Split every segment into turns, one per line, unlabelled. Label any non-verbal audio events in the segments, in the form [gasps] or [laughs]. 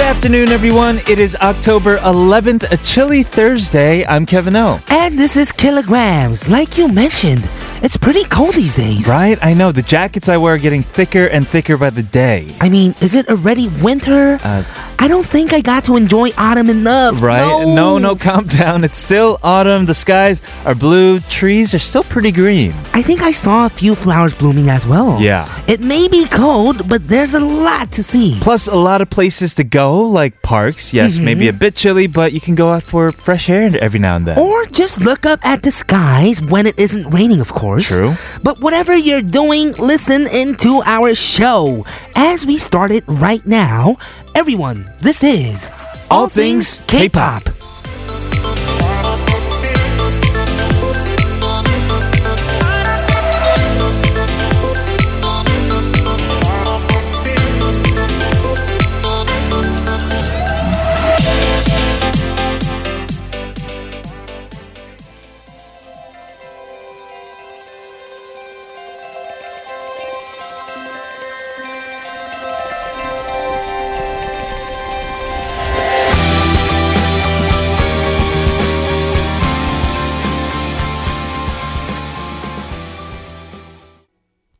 afternoon, everyone. It is October 11th, a chilly Thursday. I'm Kevin O.
And this is kilograms. Like you mentioned, it's pretty cold these days.
Right? I know. The jackets I wear are getting thicker and thicker by the day.
I mean, is it already winter?
Uh,
I don't think I got to enjoy autumn enough.
Right?
No.
no, calm down. It's still autumn. The skies are blue. Trees are still pretty green.
I think I saw a few flowers blooming as well.
Yeah.
It may be cold, but there's a lot to see.
Plus, a lot of places to go, like parks. Yes, maybe a bit chilly, but you can go out for fresh air every now and then.
Or just look up at the skies when it isn't raining, of course.
True.
But whatever you're doing, listen into our show. As we start it right now, everyone, this is
All Things K-Pop.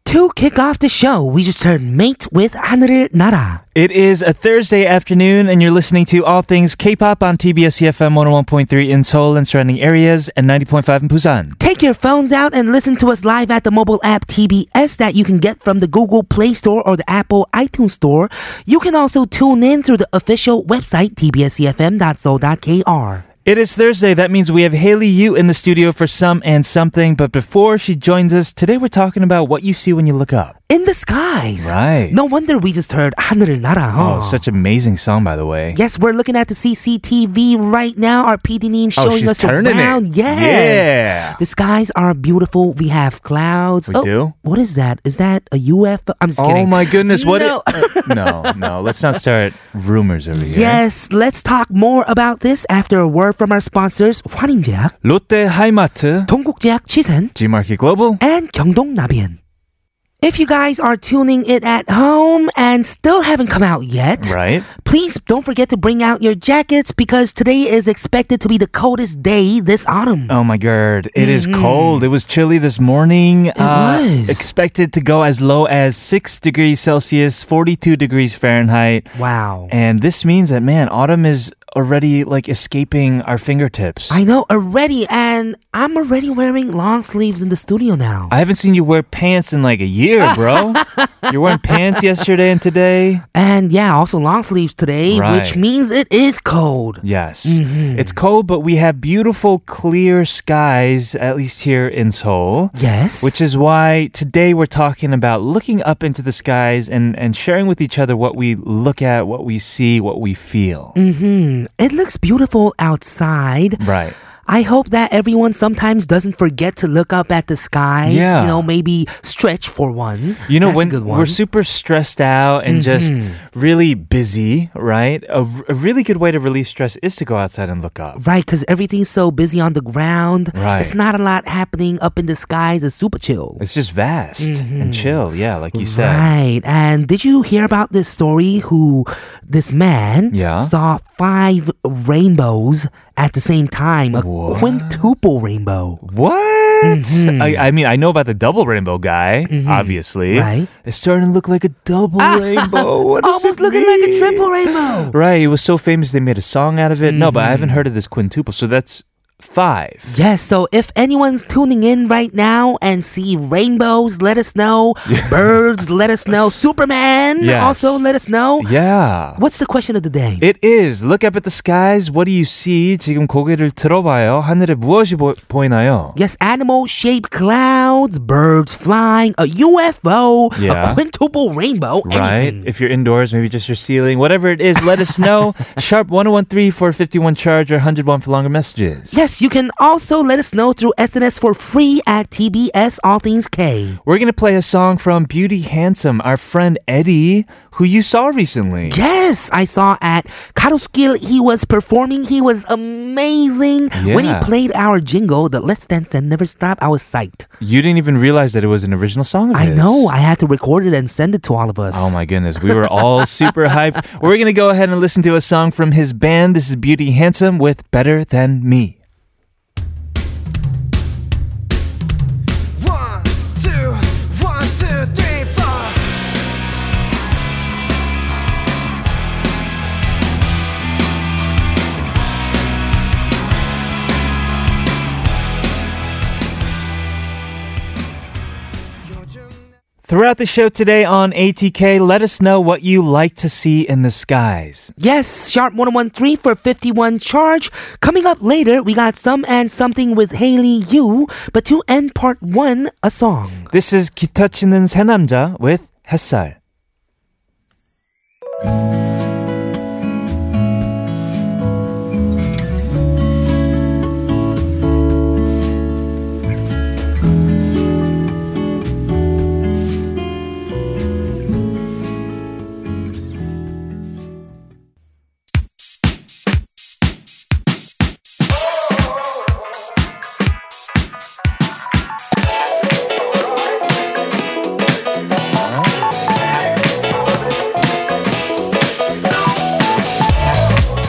To kick off the show, we just heard Mate with 하늘을 날아.
It is a Thursday afternoon, and you're listening to All Things K-pop on TBS EFM 101.3 in Seoul and surrounding areas, and 90.5 in Busan.
Take your phones out and listen to us live at the mobile app TBS that you can get from the Google Play Store or the Apple iTunes Store. You can also tune in through the official website tbscfm.so.kr.
It is Thursday. That means we have Haley Yu in the studio for some and something. But before she joins us today, we're talking about what you see when you look up.
In the skies.
Right.
No wonder we just heard 하늘을 날아.
Oh,
Huh?
such amazing song, by the way.
Yes, we're looking at the CCTV right now. Our PD name
Oh,
E showing
she's
us
turning it.
around. Yes.
Yeah.
The skies are beautiful. We have clouds.
We
oh,
do?
What is that? Is that a UFO? I'm just
Oh
kidding.
my goodness! What?
No.
it- no, no. Let's not start rumors over here.
Yes, let's talk more about this after a word from our sponsors 환인제약,
Lotte Haimate,
동국제약 치센,
G Market Global.
and 경동나비엔. If you guys are tuning it at home and still haven't come out yet,
Right.
Please don't forget to bring out your jackets because today is expected to be the coldest day this autumn.
Oh my god, It is cold. It was chilly this morning. It
Mm-hmm. was.
Expected to go as low as 6 degrees Celsius, 42 degrees Fahrenheit.
wow.
And this means that, man, autumn is already like escaping our fingertips.
I know already, and I'm already wearing long sleeves in the studio now.
I haven't seen you wear pants in like a year, bro. You're wearing pants yesterday and today.
and yeah, also long sleeves today,
Right.
which means it is cold.
Yes. It's cold, but we have beautiful, clear skies, at least here in Seoul.
Yes.
Which is why today we're talking about looking up into the skies and, and sharing with each other what we look at, what we see, what we feel.
hmm It looks beautiful outside.
Right.
I hope that everyone sometimes doesn't forget to look up at the skies.
Yeah.
You know, maybe stretch for one.
You know,
That's a
when
good
we're
one. Mm-hmm.
super stressed out and just really busy, right? A, r- a really good way to release stress is to go outside and look up.
Right, because everything's so busy on the ground.
Right.
It's not a lot happening up in the skies. It's super chill.
It's just vast and chill. Yeah, like you said.
Mm-hmm. Right. And did you hear about this story who this man
Yeah.
saw five rainbows at the same time? A quintuple rainbow.
What?
Mm-hmm.
I, I mean, I know about the double rainbow guy, obviously.
Right. Ah,
It's starting to look like a double
[laughs]
rainbow. What does
Almost
it
looking like a
mean?
triple rainbow.
Right, it was so famous they made a song out of it. No, but I haven't
Mm-hmm.
heard of this quintuple, so that's five.
Yes, so if anyone's tuning in right now and see rainbows, let us
[laughs]
know. Birds, let us know. Superman,
Yes.
also let us know.
Yeah.
What's the question of the day?
It is. Look up at the skies. What do you see? 지금 고개를 들어봐요. 하늘에 무엇이 보, 보이나요?
yes, animal shaped clouds, birds flying, a UFO,
Yeah.
a quintuple rainbow,
Right?
anything.
If you're indoors, maybe just your ceiling,
[laughs]
oh whatever it is, let us know. Sharp 1013 for 51 charge or 101 for longer messages.
Yes, Yes, you can also let us know through SNS for free at TBS All Things K.
We're going to play a song from Beauty Handsome, our friend Eddie, who you saw recently.
Yes, I saw at Karoskil he was performing. He was amazing. When he
Yeah.
played our jingle, the Let's Dance and Never Stop, I was psyched.
You didn't even realize that it was an original song of
I
his.
know. I had to record it and send it to all of us.
Oh my goodness, we were
[laughs]
all super hyped. We're going to go ahead and listen to a song from his band. This is Beauty Handsome with Better Than Me.
One, two, one, two, three, four.
Throughout the show today on ATK, let us know what you like to see in the skies.
Yes, sharp 1013 for 51 charge. Coming up later, we got some and something with Haley Yu. But to end part one, a song.
This is 기타 치는 새 남자 with 햇살.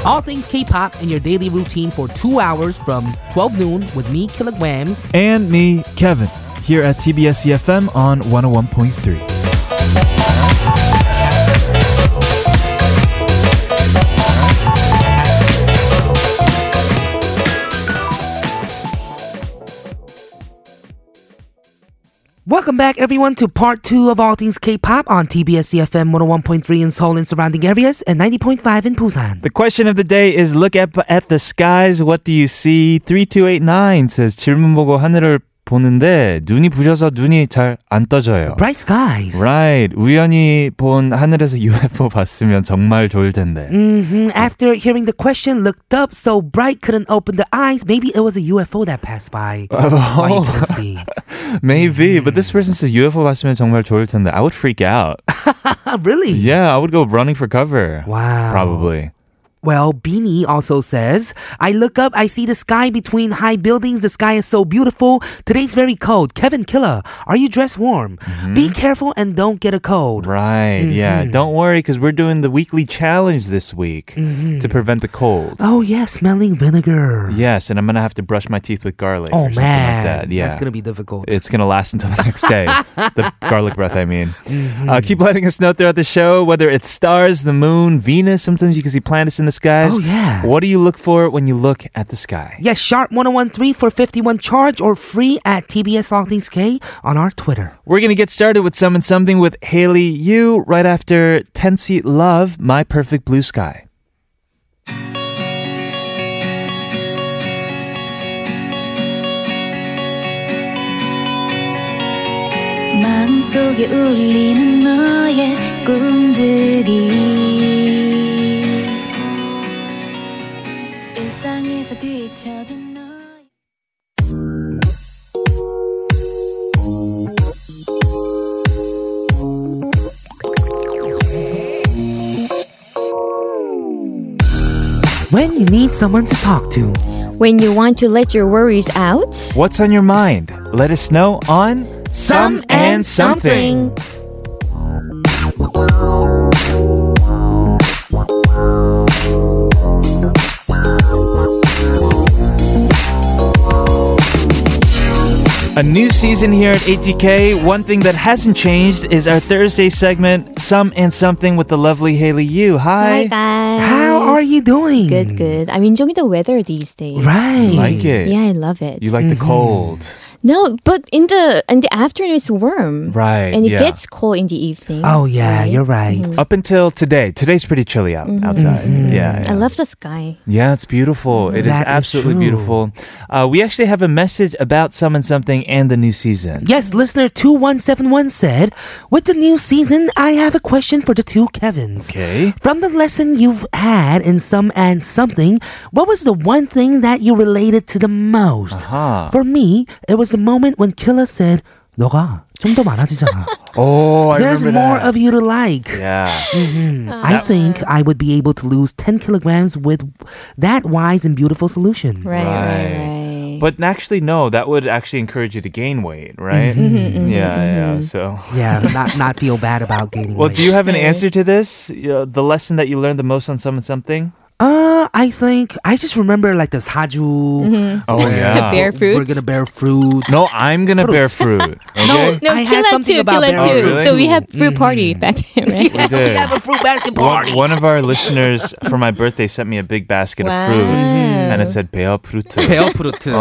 All things K-pop in your daily routine for two hours from 12 noon with me, Kilograms.
And me, Kevin, here at TBS EFM E on 101.3.
Welcome back, everyone, to part two of All Things K-pop on TBS CFM 101.3 in Seoul and surrounding areas and 90.5 in Busan.
The question of the day is look up at the skies what do you see 3289 says 질문 보고 하늘을 보는데 눈이 부셔서 눈이 잘 안 떠져요.
Bright skies.
Right. 우연히 본 하늘에서 [laughs] UFO 봤으면 정말 좋을 텐데.
hmm After hearing the question, looked up so Bright couldn't open the eyes. Maybe it was a UFO that
[laughs]
passed by.
Oh.
Why you couldn't see.
Maybe, but
Mm-hmm.
this person says UFO 봤으면 정말 좋을 텐데. I would freak out. [laughs]
Ah, really?
Yeah, I would go running for cover.
Wow.
Probably.
Well, Beanie also says, I look up, I see the sky between high buildings. The sky is so beautiful. Today's very cold. Kevin Killer, are you dressed warm?
Mm-hmm.
Be careful and don't get a cold.
Right.
Mm-hmm.
Yeah. Don't worry cuz we're doing the weekly challenge this week
Mm-hmm.
to prevent the cold.
Oh, yeah, smelling vinegar.
Yes, and I'm gonna have to brush my teeth with garlic. or
Uh-huh. Oh,
something
man.
like that. yeah,
That's going to be difficult.
It's gonna last until the next day.
[laughs]
the garlic breath, I mean.
Mm-hmm.
Uh, keep letting us know throughout the show whether it's stars, the moon, Venus. Sometimes you can see planets in the skies.
Oh, yeah.
What do you look for when you look at the sky?
Yes, sharp 1013 for 51 charge or free at TBS All Things K on our Twitter.
We're gonna get started with summon something with Haley Yu right after Tensi Love, My Perfect Blue Sky.
마음속에 울리는 너의 꿈들이 일상에서 뒤쳐진 너의
When you need someone to talk to.
When you want to let your worries out,
What's on your mind? Let us know on
Some and Something.
A new season here at ATK. One thing that hasn't changed is our Thursday segment, Some and Something with the lovely Haley Yu. Hi.
hi guys.
How are you doing?
Good, good. I'm enjoying the weather these days.
Right.
Like it.
Yeah, Mm-hmm. I love it.
You like the cold.
No, but in the in the afternoon it's warm.
Right,
And it
yeah.
gets cold in the evening.
Oh yeah, you're right.
Up until today, today's pretty chilly out
Mm-hmm.
outside. Yeah, yeah.
I love the sky.
Yeah, it's beautiful. It is
That is
absolutely
true.
beautiful. Uh, we actually have a message about Summon Something and the new season.
Yes, listener 2171 said, With the new season, I have a question for the two Kevins.
Okay.
From the lesson you've had in Some and Something, what was the one thing that you related to the most?
Huh.
For me, it was the moment when Killa said, 너가 좀 더 많아지잖아.
Oh, [laughs] I
There's
remember
more
that.
of you to like.
Yeah.
I think I would be able to lose 10 kilograms with that wise and beautiful solution.
Right, right,
Right.
right.
But actually, no, that would actually encourage you to gain weight, right? yeah, yeah. So,
Yeah, not not feel bad about gaining
well,
weight.
do you have an answer to this? Uh, the lesson that you learned the most on Summon Something?
Uh, I think I just remember like the saju. [laughs]
Oh,
The bear
We're
fruits.
gonna bear fruit.
No, I'm going to bear fruit.
[laughs]
Okay.
no,
I
Killa
had something
too,
about
Killa
berries.
too.
Oh, really?
So we had
Mm-hmm.
fruit party back then,
[laughs]
right?
We did.
a fruit basket
One, one of our listeners for my birthday sent me a big basket of fruit,
Wow.
and it said "bear fruit."
베어프루트.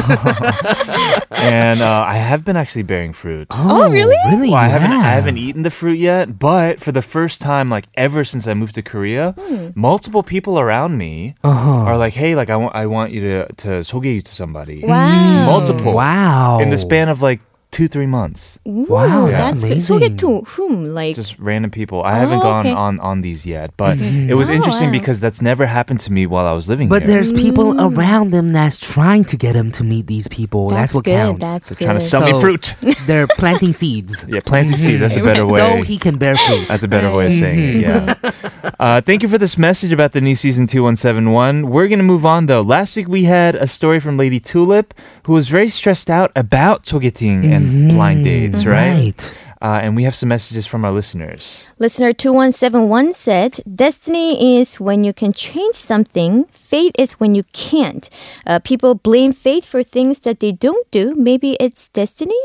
Oh. [laughs] and uh, I have been actually bearing fruit.
Oh, really?
Really?
Well, I haven't I
Yeah.
haven't eaten the fruit yet, but for the first time, like ever since I moved to Korea,
Hmm.
multiple people around me
Uh-huh.
are like, "Hey, like I want I want you to to 소개 you to somebody."
Wow.
Multiple.
Wow.
In the span of like two three months,
Wow,
Ooh,
that's
good. So
amazing.
get to whom? Like,
just random people. I haven't
Oh,
gone
okay.
on on these yet, but it was
Oh,
interesting
wow.
because that's never happened to me while I was living
Mm-hmm. But
here.
there's people around them that's trying to get him to meet these people. That's,
Mm. that's
what
good.
counts.
That's
They're
good.
trying to sell me
So-
fruit.
[laughs] They're planting seeds.
Yeah, planting seeds.
[laughs]
That's a better way.
So he can bear fruit.
That's a better way of saying it. Yeah. [laughs] uh, thank you for this message about the new season 2171. We're going to move on though. Last week we had a story from Lady Tulip who was very stressed out about targeting and blind dates, Mm-hmm. right?
Right.
Uh, and we have some messages from our listeners.
Listener 2171 said, Destiny is when you can change something, fate is when you can't. Uh, people blame fate for things that they don't do. Maybe it's destiny?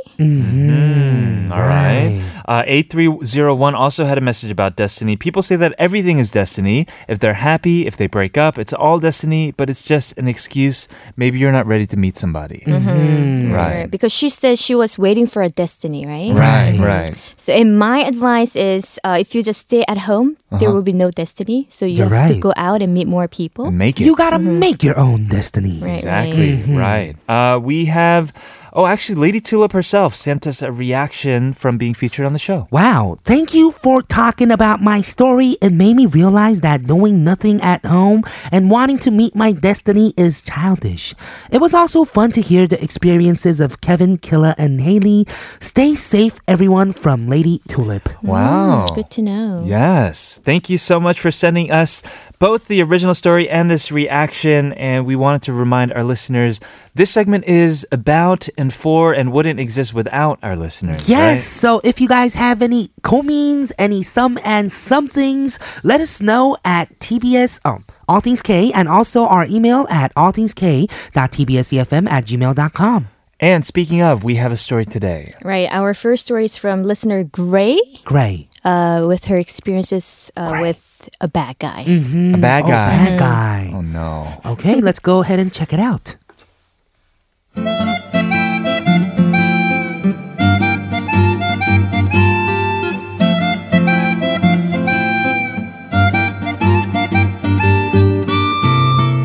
All Mm, right. Uh, 8301 also had a message about destiny. People say that everything is destiny. If they're happy, if they break up, it's all destiny, but it's just an excuse. Maybe you're not ready to meet somebody. Right.
Because she said she was waiting for a destiny, right?
Right, right.
So, and my advice is uh, if you just stay at home, there will be no destiny. So, you
You're
have to
right.
go out and meet more people.
And make it.
You gotta
Mm-hmm.
make your own destiny.
Right,
Mm, Exactly.
Mm-hmm.
Right. Uh, we have, oh, actually, Lady Tulip herself sent us a reaction from being featured on the show.
Wow, thank you for talking about my story. It made me realize that doing nothing at home and wanting to meet my destiny is childish. It was also fun to hear the experiences of Kevin, Killa, and Haley. Stay safe, everyone, from Lady Tulip.
Wow.
Mm, Good to know.
Yes. Thank you so much for sending us both the original story and this reaction. And we wanted to remind our listeners this segment is about and for and wouldn't exist without our listeners. right?
Yes, so if you guys have any comings, any some and somethings, let us know at TBS, um, All Things K, and also our email at allthingsk.tbscfm E at gmail.com.
And speaking of, we have a story today.
Right. Our first story is from listener Gray
Great.
uh, with her experiences uh, with a bad guy.
A bad
Oh,
guy.
bad guy.
Oh, no.
Okay, let's go ahead and check it out.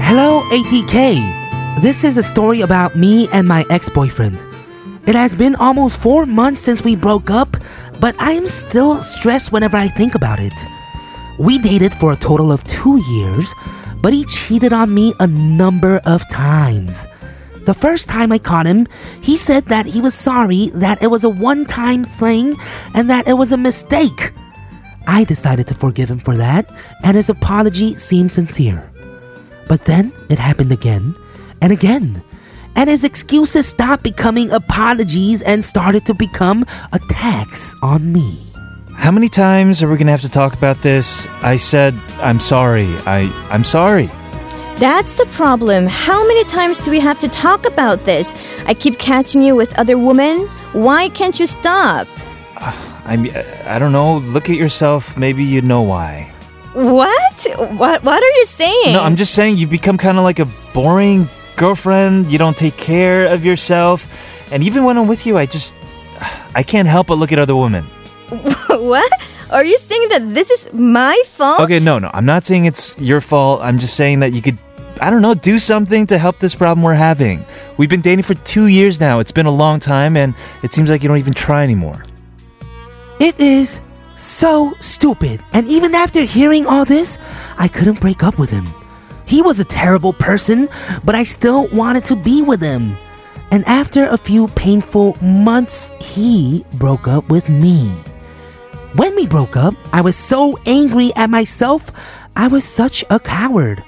Hello, ATK. This is a story about me and my ex boyfriend. It has been almost four months since we broke up, but I am still stressed whenever I think about it. We dated for a total of two years, but he cheated on me a number of times. The first time I caught him, he said that he was sorry, that it was a one time thing, and that it was a mistake. I decided to forgive him for that, and his apology seemed sincere. But then it happened again and again, and his excuses stopped becoming apologies and started to become attacks on me.
How many times are we going to have to talk about this? I said, I'm sorry. I, I'm sorry.
That's the problem. How many times do we have to talk about this? I keep catching you with other women. Why can't you stop?
I mean, I don't know. Look at yourself. Maybe you know why.
What? What what are you saying? [laughs]
No, I'm just saying you've become kind of like a boring girlfriend. You don't take care of yourself. And even when I'm with you, I just I can't help but look at other women.
what? Are you saying that this is my fault?
Okay, no, no. I'm not saying it's your fault. I'm just saying that you could I don't know, do something to help this problem we're having. We've been dating for 2 years now. It's been a long time and it seems like you don't even try anymore.
It is so stupid. And even after hearing all this, I couldn't break up with him. He was a terrible person, but I still wanted to be with him. And after a few painful months, he broke up with me. When we broke up, I was so angry at myself. I was such a coward.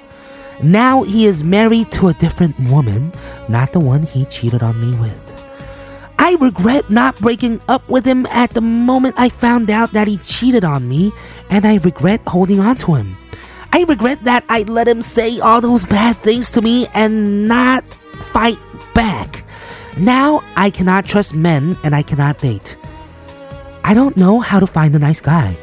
Now he is married to a different woman, not the one he cheated on me with. I regret not breaking up with him at the moment I found out that he cheated on me, and I regret holding on to him. I regret that I let him say all those bad things to me and not fight back. Now I cannot trust men and I cannot date. I don't know how to find a nice guy.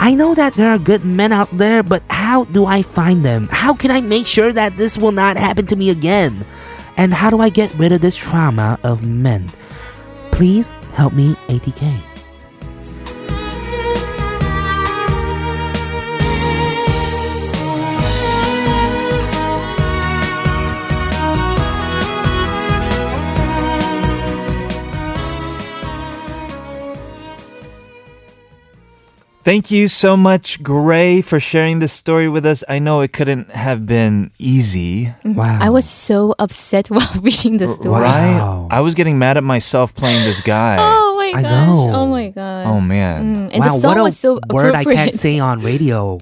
I know that there are good men out there, but how do I find them? How can I make sure that this will not happen to me again? And how do I get rid of this trauma of men? Please help me, ATK.
Thank you so much, Gray, for sharing this story with us. I know it couldn't have been easy,
Wow.
Mm-hmm. I was so upset [laughs] while reading the story.
right?
Wow.
I was getting mad at myself playing this guy.
[gasps] Oh my
I
gosh.
know.
Oh my god.
Oh, man.
Mm, And the song
what a
was so
word I can't
appropriate.
say on radio.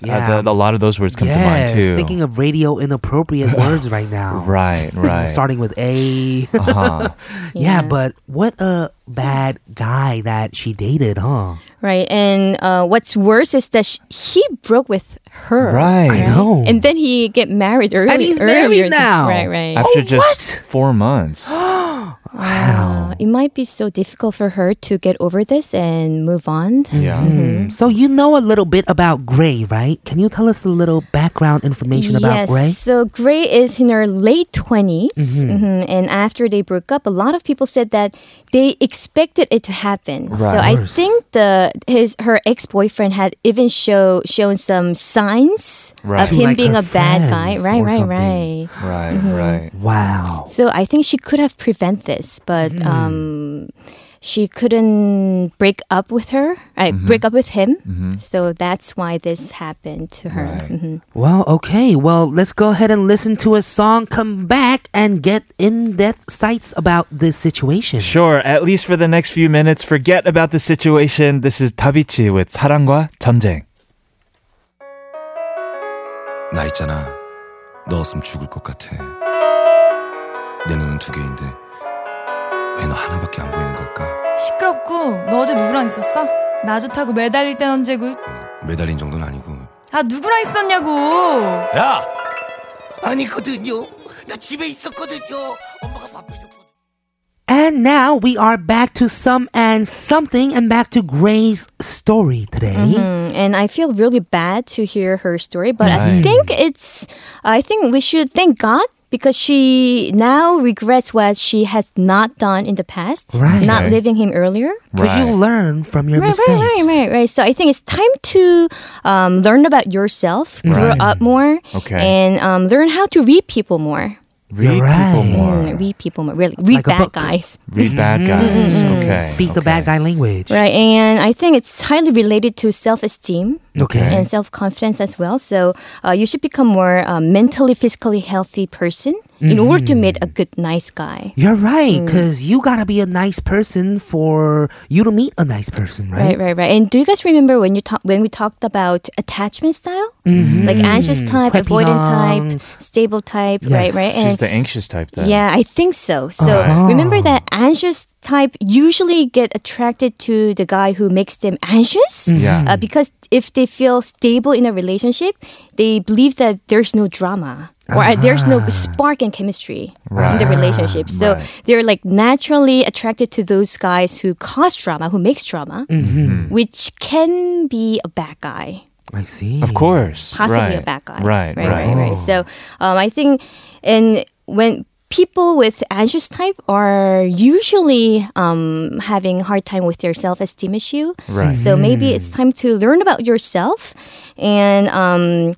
Uh,
Yeah.
the- the- a lot of those words come
yes,
to mind too.
thinking of radio
[laughs]
inappropriate words right now. [laughs]
right, right.
Starting with A.
Uh-huh.
[laughs] yeah,
Yeah.
but what a bad guy that she dated, huh?
[laughs] Right. And uh, what's worse is that sh he broke with her.
Right. I
know.
And then he get married early.
he's
earlier
married
th-
now.
Right. Right.
After
Oh,
just
what?
four
[gasps]
months.
Uh, it might be so difficult for her to get over this and move on.
yeah.
Mm-hmm.
So you know a little bit about Gray, right? Can you tell us a little background information about
yes,
Gray? Mm-hmm.
So Gray is in her late 20s. mhm, And after they broke up, a lot of people said that they expected it to happen. So I think the his her ex-boyfriend had even show shown some signs
Right.
of
To
him
like
being
her
a bad guy.
friends
Right,
or
right,
something.
right.
Right,
Mm-hmm.
right.
Wow.
So I think she could have prevent this, but um, she couldn't break up with her, uh, break up with him. So that's why this happened to her.
Right.
Mhm.
Well, okay. Well, let's go ahead and listen to a song, come back, and get in depth sights about this situation.
Sure, at least for the next few minutes, forget about the situation. This is Tabichi with 사랑과 전쟁.
나 있잖아 넣었으면 죽을 것 같아 내 눈은 두 개인데 왜 너 하나밖에 안 보이는 걸까
시끄럽고 너 어제 누구랑 있었어? 나 좋다고 매달릴 땐 언제고
매달린 정도는 아니고
아 누구랑 있었냐고
야 아니거든요 나 집에 있었거든요 엄마가 바빠졌거든
And now we are back to some and something and back to Gray's story today.
Mm, and I feel really bad to hear her story, but
Right.
I think it's, I think we should thank God because she now regrets what she has not done in the past,
Right.
not
Okay.
leaving him earlier.
Because you learn from your
Right,
mistakes.
right, right, right, right. So I think it's time to um, learn about yourself, grow
Right.
up more,
Okay.
and um, learn how to read people more.
Read
You're
people
right.
more.
Mm, read people more, really, read
Like a
bad
book.
guys.
Read bad guys.
Mm-hmm.
Okay.
Speak the
okay.
bad guy language.
Right, and I think it's highly related to self esteem.
Okay.
and self confidence as well. So uh, you should become more uh, mentally, physically healthy person in order to meet a
Mm-hmm.
good, nice guy.
You're right,
Mm.
because you gotta be a nice person for you to meet a nice person, right?
Right, right, right. And do you guys remember when you talk when we talked about attachment style,
Mm-hmm.
like anxious type, avoidant
회피형.
type, stable type, right,
Yes.
right?
She's
And
the anxious type then.
yeah, I think so. So remember that anxious type usually get attracted to the guy who makes them anxious.
Mm-hmm. Yeah.
Uh, because if they feel stable in a relationship, they believe that there's no drama or uh, there's no
Ah.
spark and chemistry in the relationship. So they're like naturally attracted to those guys who cause drama, who makes drama,
Mm-hmm.
which can be a bad guy
I see.
Of course.
possibly
right.
a bad guy.
Right,
right, right. right. So um, I think, and when people with anxious type are usually um, having hard time with their self-esteem issue.
Right. Mm.
So maybe it's time to learn about yourself and. Um,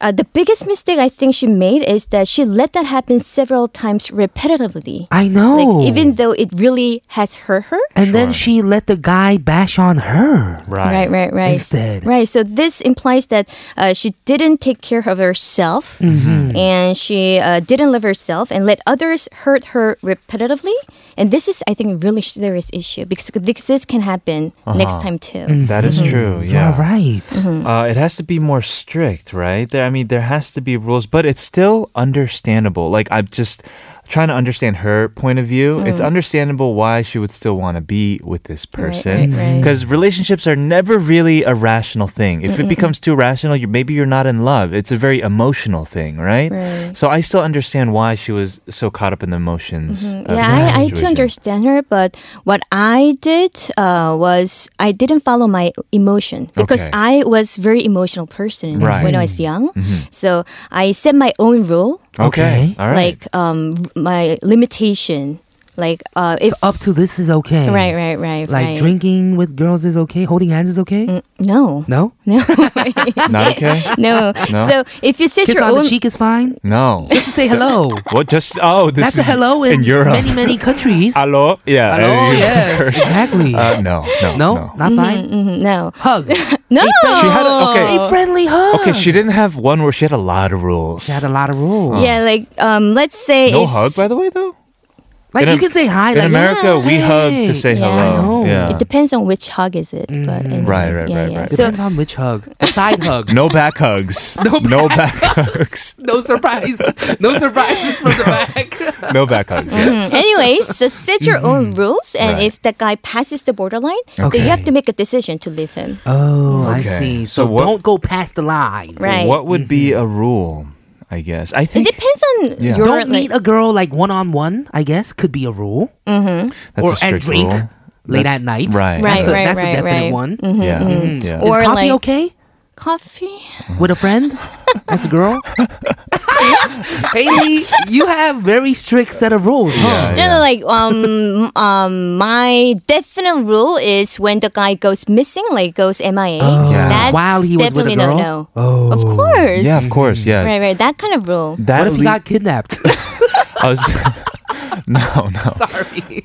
uh, the biggest mistake I think she made is that she let that happen several times repetitively.
I
Oh.
know.
Like, even though it really has hurt her.
and then she let the guy bash on her.
Right, right, right.
Instead.
Right. So this implies that uh, she didn't take care of herself and she uh, didn't love herself and let others hurt her repetitively. And this is, I think, a really serious issue because this this can happen
Uh-huh.
next time too.
That is
Mm-hmm.
true. Yeah.
You're right.
Uh, it has to be more strict, right? There, I mean, there has to be rules, but it's still understandable. Like I'm just trying to understand her point of view. It's understandable why she would still want to be with this person
Mm. right, right.
because relationships are never really a rational thing. If it becomes too rational, you maybe you're not in love. It's a very emotional thing, right?
Right.
So I still understand why she was so caught up in the emotions. of
Mm, Mm-hmm.
the
Yeah, I, I too
situation.
understand her, but what I did uh, was I didn't follow my emotion because
Okay.
I was very emotional person
Right. Mm-hmm.
when I was young. So I set my own rule,
Okay, all right.
like um, my limitation, like uh, if
So up to this is
oh.
okay.
right, right,
Like
right, right. Mm.
drinking with girls is okay. Holding hands is okay.
No, [laughs]
No.
no,
not okay.
[laughs] no. So if you set
Kiss
your
on
own,
the cheek is fine.
No.
Just say hello.
What just oh [laughs] this
That's a
is
hello
in
in,
Europe.
many many
[laughs]
countries.
Hello? Yeah.
hello.
uh, you-
Yes.
[laughs]
exactly.
Uh, no, no,
no,
no.
not fine.
Mhm, no, [laughs]
Hug.
no.
She had a,
a
okay.
friendly hug.
Okay, she didn't have one word. She had a lot of rules.
She had a lot of rules.
Yeah, like um, let's say
no
if-
hug, by the way, though.
Like
In
you
Am-
can say hi.
In
like,
America, we
"Hey."
hug to say
Yeah. I
hello.
know.
Yeah.
It depends on which hug is it, but
Mm.
anyway,
Right, right,
yeah,
right,
yeah.
right.
So
Depends on which hug. The
[laughs]
side hug.
No back hugs. no, back. hugs.
No surprise. No surprises from the back.
No back hugs. Yeah. Mm-hmm.
Mm. Anyways, just set your own rules, and
Right.
if that guy passes the borderline, then
Okay.
you have to make a decision to leave him.
[laughs] Oh, I
Okay.
see.
So
So,
what-
don't go past the line.
Right.
What would be a rule? I guess. I
it
think
depends on
Yeah.
your
Don't meet
like,
a girl like one on one. I guess could be a rule.
that's
or
a strict
at drink
rule.
late
That's-
at night.
Right.
That's
Right,
a,
right,
that's
right,
a definite
right.
one.
yeah. Yeah.
Is
Or
coffee
like
okay
coffee.
with a friend? That's a
[laughs]
girl. Haley, you have very strict set of rules. Huh?
Yeah,
No, no, like um um my definite rule is when the guy goes missing, like goes
Oh.
MIA.
Yeah.
Oh.
Oh.
That's
While he was with a
definitely
girl? Oh.
no no. Of course.
yeah, of course. Yeah.
Mm-hmm. Right, right. That kind of rule.
That
What if he
le-
got
[laughs]
kidnapped?
I was- [laughs] no, no.
Sorry.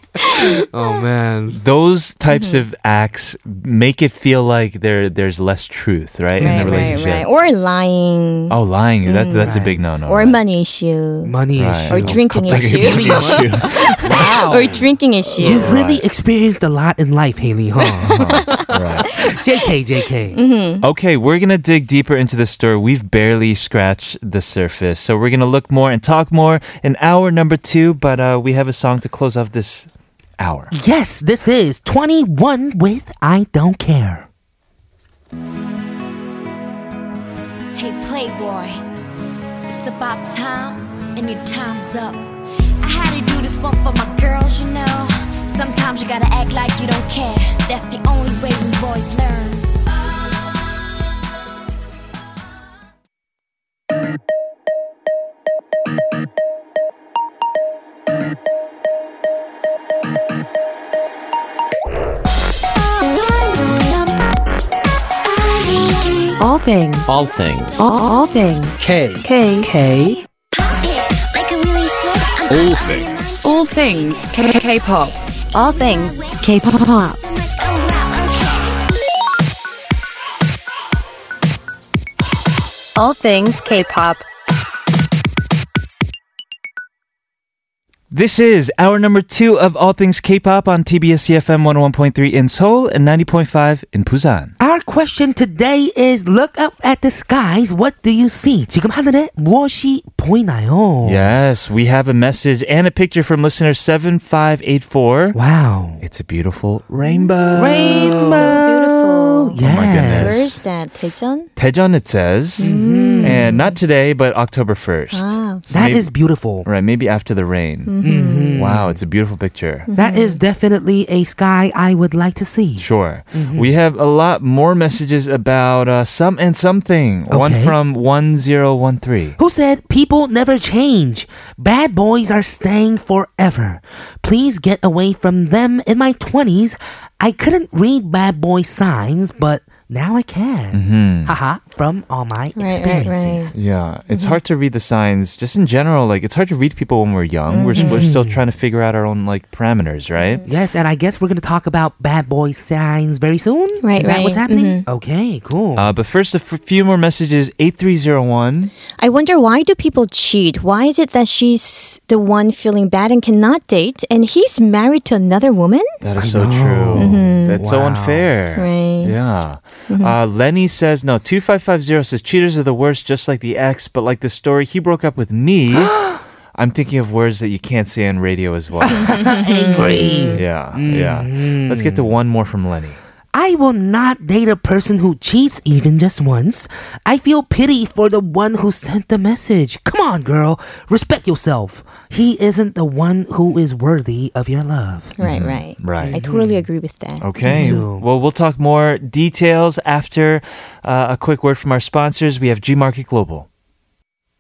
oh man.
those types
Mm-hmm.
of acts make it feel like there there's less truth, right, in
Right,
the
right,
relationship.
right. Or lying.
Oh, lying. That, that's a big no-no.
or
right.
money issue.
Money
Right.
issue.
Or drinking
갑자기
[laughs] issue.
money issue.
Wow.
[laughs] or drinking issue.
You've really experienced a lot in life, Haley,
[laughs]
huh? JK, JK.
Mm-hmm.
Okay, we're gonna dig deeper into this story. We've barely scratched the surface, so we're gonna look more and talk more in hour number two. But uh, we have a song to close off this hour.
Yes, this is 21 with I Don't Care.
Hey playboy, it's about time and your time's up. I had to do this one for my girls, you know. Sometimes you gotta act like you don't care. That's the only way we boys learn.
All things.
All things.
All, all things.
K.
K. K.
All things.
All things. K. K. Pop. All things. K. Pop.
É um
All things K. Pop.
This is hour number two of All Things K-pop on TBS CFM 101.3 in Seoul and 90.5 in Busan.
Our question today is look up at the skies. What do you see? 지금 하늘에 무엇이
Oh.
보이나요?
Yes, we have a message and a picture from listener 7584.
Wow.
It's a beautiful rainbow.
Rainbow.
Beautiful.
Oh
Yes.
my
Where
goodness.
is that? Daejeon?
Daejeon Mm-hmm. it says, and not today, but October first.
Wow.
That is beautiful.
right. Maybe after the rain. Wow, it's a beautiful picture.
That is definitely a sky I would like to see.
Sure. We have a lot more messages about uh, some and something. One
Okay.
from one zero one three.
Who said people never change? Bad boys are staying forever. Please get away from them. In my 20s, I couldn't read bad boy signs, but now I can.
Mm-hmm.
Haha, from all my
right,
experiences.
Yeah, it's hard to read the signs just in general. Like it's hard to read people when we're young. We're, s- we're still trying to figure out our own like parameters, right?
Yes, and I guess we're going to talk about bad boy signs very soon.
Right,
Is that
right. Mm-hmm.
what's happening? Okay, cool.
Uh, but first, a f- few more messages. Eight three zero one.
I wonder why do people cheat? Why is it that she's the one feeling bad and cannot date, and he's married to another woman?
That is so true. That's so
Wow.
unfair.
Mm-hmm. Right. Mm-hmm.
Yeah. Uh, Lenny says no. Two five five zero says cheaters are the worst, just like the ex. But like the story, he broke up with
[gasps]
me. I'm thinking of words that you can't say on radio as
[laughs]
well.
Angry.
yeah, yeah. Let's get to one more from Lenny.
I will not date a person who cheats even just once. I feel pity for the one who sent the message. Come on, girl. Respect yourself. He isn't the one who is worthy of your love.
Right,
Mm-hmm.
right,
Right.
I totally agree with that.
Okay.
too.
Well, we'll talk more details after uh, a quick word from our sponsors. We have G Market Global.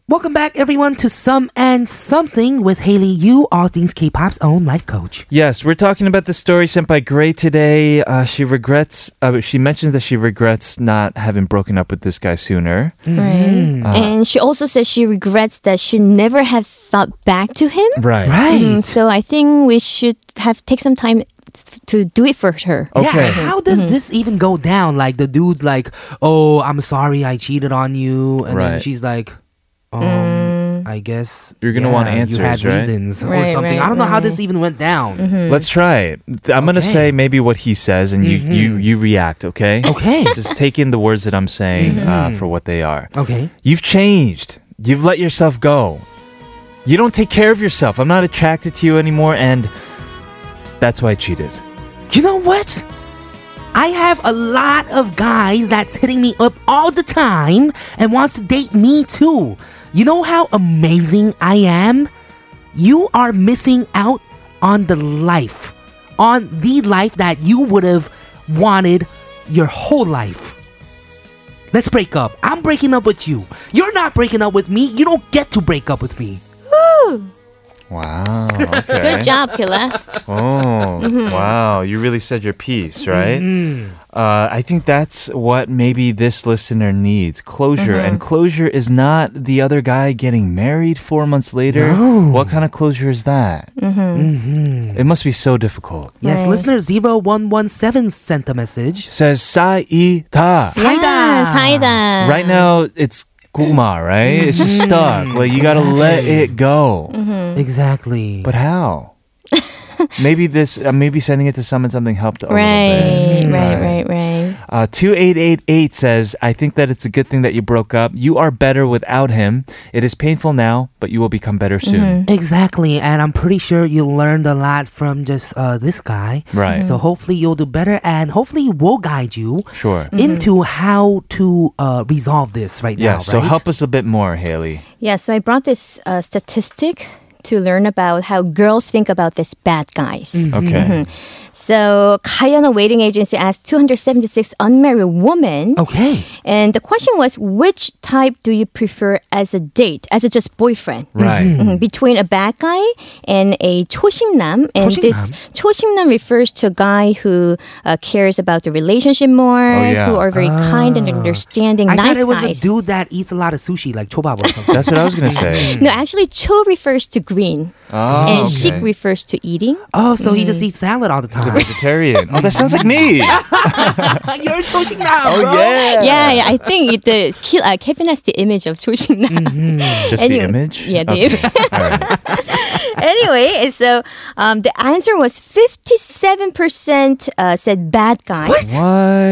Welcome back, everyone, to Some and Something with Haley You, all things K pop's own life coach.
Yes, we're talking about the story sent by Gray today. Uh, she regrets. Uh, she mentions that she regrets not having broken up with this guy sooner. Mm-hmm. Uh,
Right. And she also says she regrets that she never had thought back to him.
Right.
Right.
Mm, so I think we should have take some time t- to do it for her.
Okay.
Yeah, how does
Mm-hmm.
this even go down? Like, the dude's like, oh, I'm sorry I cheated on you. And then
Right.
she's like, um, I guess.
You're gonna
yeah,
want
You had
answers, right?
reasons or
Mm. Right,
something. I
right,
don't know how
right.
this
Mm-hmm.
even went down.
Let's try it. Th- I'm gonna
Okay.
say maybe what he says, and you you you react. Okay.
Okay.
[laughs] Just take in the words that I'm saying uh, for what they are.
Okay.
You've changed. You've let yourself go. You don't take care of yourself. I'm not attracted to you anymore, and that's why I cheated.
You know what? I have a lot of guys that's hitting me up all the time and wants to date me too. You know how amazing I am? You are missing out on the life, on the life that you would have wanted your whole life. Let's break up. I'm breaking up with you. You're not breaking up with me. You don't get to break up with me.
Wow. Okay.
Good job, Killa.
Oh,
Mm-hmm.
wow. You really said your piece, right? Uh, I think that's what maybe this listener needs closure. And
Mm-hmm.
closure is not the other guy getting married four months later. What kind of closure is that?
Mm-hmm.
It must be so difficult.
Yes,
Right.
listener 0117 sent a message.
Says, Sai Ta.
yes, Haida.
right now it's guma, right? It's just stuck. Like you gotta let it go.
Mm-hmm.
Exactly.
But
[laughs]
how? maybe this, uh, maybe sending it to someone something helped a little bit.
Right, right, right, right.
Uh, 2888 says, I think that it's a good thing that you broke up. You are better without him. It is painful now, but you will become better soon.
Exactly, and I'm pretty sure you learned a lot from just uh, this guy.
Right.
So hopefully you'll do better, and hopefully we'll guide you
Mm-hmm.
Sure.
into how to uh, resolve this right
Yeah,
now.
so
right?
help us a bit more, Haley.
Yeah, so I brought this uh, statistic to learn about how girls think about these bad guys.
Mm. Okay.
So, Kayana Waiting Agency asked 276 unmarried women.
Okay.
And the question was which type do you prefer as a date, as a just boyfriend? [clears throat]
Right.
Mhm, Between a bad guy and a 초식남, and this 초식남 refers to a guy who uh, cares about the relationship more,
yeah.
who are very kind and understanding,
Oh, Ah. I
nice
thought it was
guys.
a dude that eats a lot of sushi, like chobab
[laughs]
or
[laughs]
something.
That's what I was going to say.
No, actually, cho refers to green,
[laughs] Oh,
and
okay.
shik refers to eating.
oh, so he just
Mm-hmm.
eats salad all the
He's a
time.
vegetarian. Oh, that sounds like
[laughs]
me.
[laughs] You're sushi now,
Oh,
bro.
yeah.
Yeah, yeah, I think it, the ki- uh,
Mm-hmm.
Kevin has the image of 초식남.
Just
Anyway,
the image?
Yeah, the
Okay. All right.
anyway, so um, the answer was 57% uh, said bad guy
[laughs] What?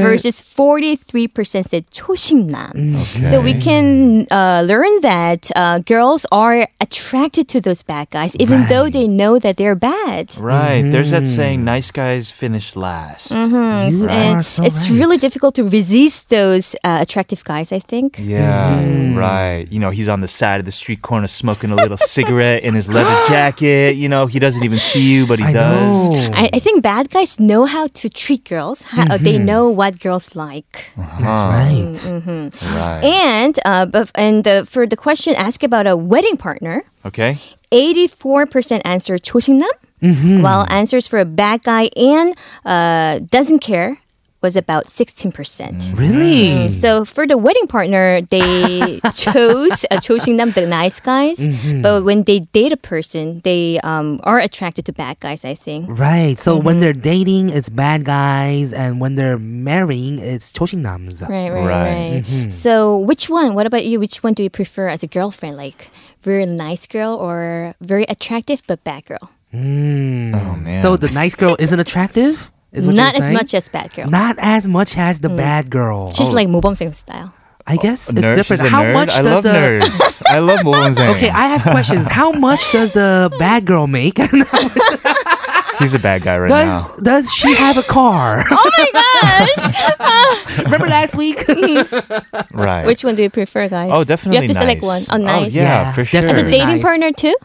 versus 43% said 초식남. So we can uh, learn that uh, girls are attracted to those bad guys, even though they know that they're bad.
Right. There's that saying, nice guys finish last.
Mm-hmm.
You are
And
so
it's
right.
really difficult to resist those uh, attractive guys, I think.
Yeah,
Mm-hmm.
right. You know, he's on the side of the street corner smoking a little cigarette in his
[gasps]
leather jacket. You know, he doesn't even see you, but he
I
does.
know.
I, I think bad guys know how to treat girls. How, uh,
Mm-hmm.
They know what girls like.
That's right.
Mm-hmm.
Right.
And uh, bef- and the, for the question asked about a wedding partner,
Okay.
84% answer 초식남,
Mm-hmm.
while answers for a bad guy and uh, doesn't care was about 16%.
Mm. Really?
So for the wedding partner,
[laughs]
they chose uh, 초식남, the nice guys.
Mm-hmm.
But when they date a person, they um, are attracted to bad guys, I think.
Right. So when
Mm-hmm.
they're dating, it's bad guys, and when they're marrying, it's 초식남자.
Right, right,
Right.
right.
Mm-hmm.
So, which one? What about you? Which one do you prefer as a girlfriend? Like, very nice girl or very attractive but bad girl?
Oh man.
Mm. So the nice girl isn't attractive. Is what
Not
you're
as
saying?
much as bad girl.
Not as much as the bad girl. Oh,
She's like 모범생 style.
I guess
A
it's
Oh, nerd?
different.
She's a
How
nerd?
much
I
does
love
the
nerds. I love Moonzang.
Okay, I have
[laughs]
questions. How much does the bad girl make? [laughs] And
he's a bad guy right
does
now.
does she have a car?
Oh my gosh! Ah.
Remember last [laughs] week?
Right.
which one do you prefer, guys?
oh, definitely.
You have to select one.
nice.
Oh, nice.
yeah,
Yeah,
for sure.
As a
Very nice.
dating partner too?